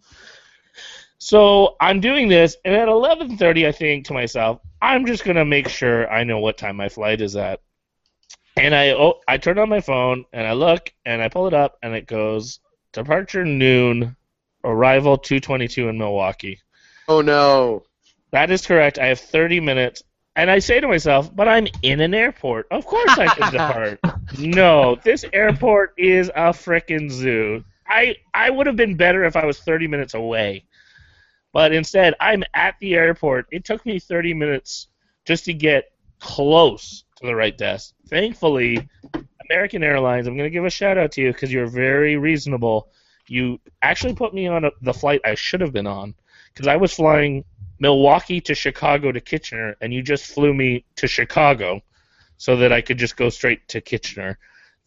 So I'm doing this, and at 11:30, I think to myself, I'm just going to make sure I know what time my flight is at. And I oh, I turn on my phone and I look and I pull it up and it goes departure noon arrival 222 in Milwaukee.
Oh no.
That is correct. I have 30 minutes. And I say to myself, but I'm in an airport. Of course I can depart. no, this airport is a frickin' zoo. I, I would have been better if I was 30 minutes away. But instead, I'm at the airport. It took me 30 minutes just to get close to the right desk. Thankfully, American Airlines, I'm going to give a shout out to you because you're very reasonable. You actually put me on a, the flight I should have been on because I was flying Milwaukee to Chicago to Kitchener, and you just flew me to Chicago so that I could just go straight to Kitchener.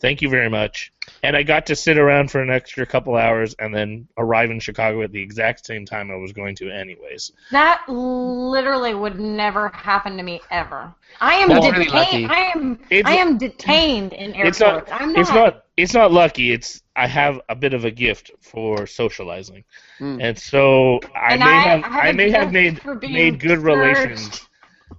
Thank you very much. And I got to sit around for an extra couple hours and then arrive in Chicago at the exact same time I was going to, anyways.
That literally would never happen to me ever. I am
That's really
detained.
lucky.
I am.
It's-
I am detained in airports.
It's not-
I'm not.
It's not it's not lucky. It's I have a bit of a gift for socializing,
Mm.
and so I
And
may
I-
have
I
I,
have a
may have
gift
made
for being
made good
searched
relations.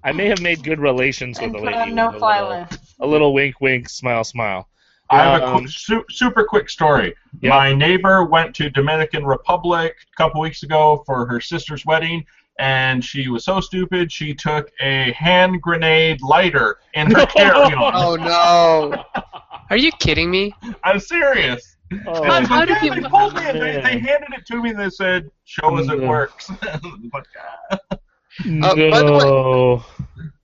I may have made good relations with
And
the
put
lady.
on no
with a
fly
little-
list.
a little wink, wink, smile, smile.
I have a
Um,
quick, su- super quick story.
Yeah.
My neighbor went to Dominican Republic a couple weeks ago for her sister's wedding, and she was so stupid she took a hand grenade lighter in her carry-on.
Oh no.
Are you kidding me?
I'm serious.
How-
Oh.
Oh.
And
how did
yeah,
you-
they pulled me. and They,
Yeah.
they handed it to me. and They said, "Show us it
Yeah.
works." But, uh,
no.
by the way-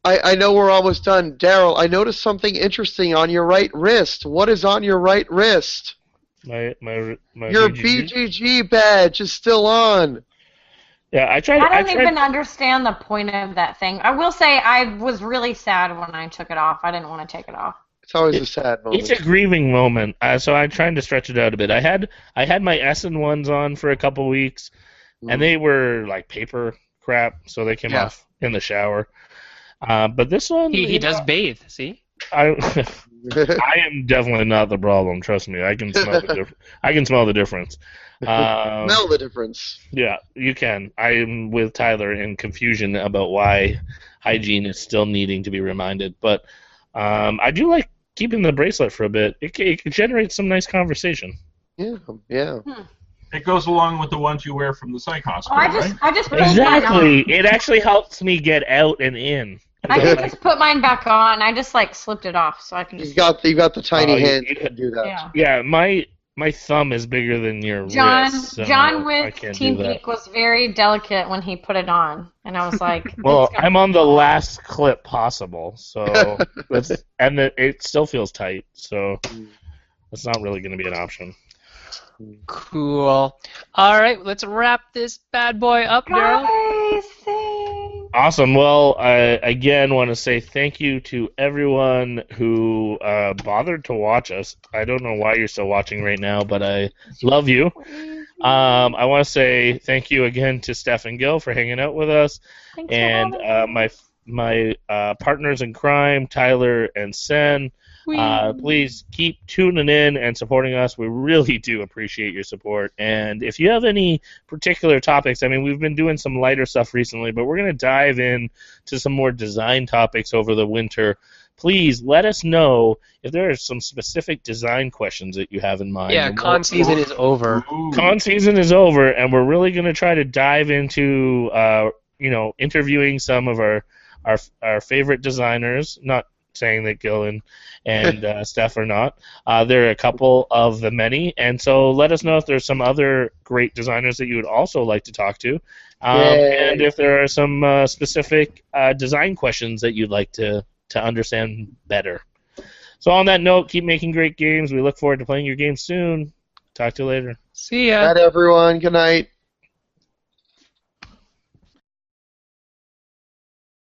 I, I know we're almost done. Daryl, I noticed something interesting on your right wrist. What is on your right wrist?
my, my, my
Your
BGG?
BGG badge is still on.
Yeah, I tried.
I don't
tried-
even understand the point of that thing. I will say I was really sad when I took it off. I didn't want to take it off.
It's always a sad
It's
moment.
a grieving moment, uh, so I'm trying to stretch it out a bit. I had I had my S and ones on for a couple weeks, and they were like paper crap, so they came
Mm. Yeah.
off in the shower. Uh, but this one,
He,
you
he does
know,
bathe. See?
I
Um,
I am definitely not the problem. Trust me, I can smell the diff- I can smell the difference. Um,
Smell the difference.
Yeah, you can. I am with Tyler in confusion about why hygiene is still needing to be reminded, but um, I do like keeping the bracelet for a bit. It, ca- it generates some nice conversation.
Yeah, yeah.
It goes along with the ones you wear from the psych hospital,
Well, I just
right?
I just pulled mine
Exactly. It actually helps me get out and in.
on. I just put mine back on. I just like slipped it off so I can
You
just.
got Uh, you got the tiny
Oh, you-
hand
you
to do that.
Mm. Yeah.
Yeah, my my thumb is bigger than your
John
wrist. so
John
uh, I
with
can't do
Team
that.
Geek was very delicate when he put it on, and I was like,
Well,
it's gonna-
I'm on the last clip possible, so that's and it, it still feels tight, so that's not really going to be an option.
Cool. All right, let's wrap this bad boy up, Daryl.
guys, thanks.
Awesome. Well, I again want to say thank you to everyone who uh, bothered to watch us. I don't know why you're still watching right now, but I love you. Um, I want to say thank you again to Steph and Gil for hanging out with us.
Thanks for
and
having
uh,
me.
my my uh, partners in crime, Tyler and Sen. Uh, please keep tuning in and supporting us. We really do appreciate your support. And if you have any particular topics, I mean, we've been doing some lighter stuff recently, but we're going to dive in to some more design topics over the winter. Please let us know if there are some specific design questions that you have in mind.
Yeah,
And we'll-
con season is over.
Ooh.
con season is over, and we're really going to try to dive into, uh, you know, interviewing some of our our our favorite designers. Not saying that Gil and and uh, Steph are not. Uh, there are a couple of the many, and so let us know if there's some other great designers that you would also like to talk to, um,
Yay.
and if there are some uh, specific uh, design questions that you'd like to to understand better. So on that note, keep making great games. We look forward to playing your games soon. Talk to you later.
See ya.
Night, everyone. Good night.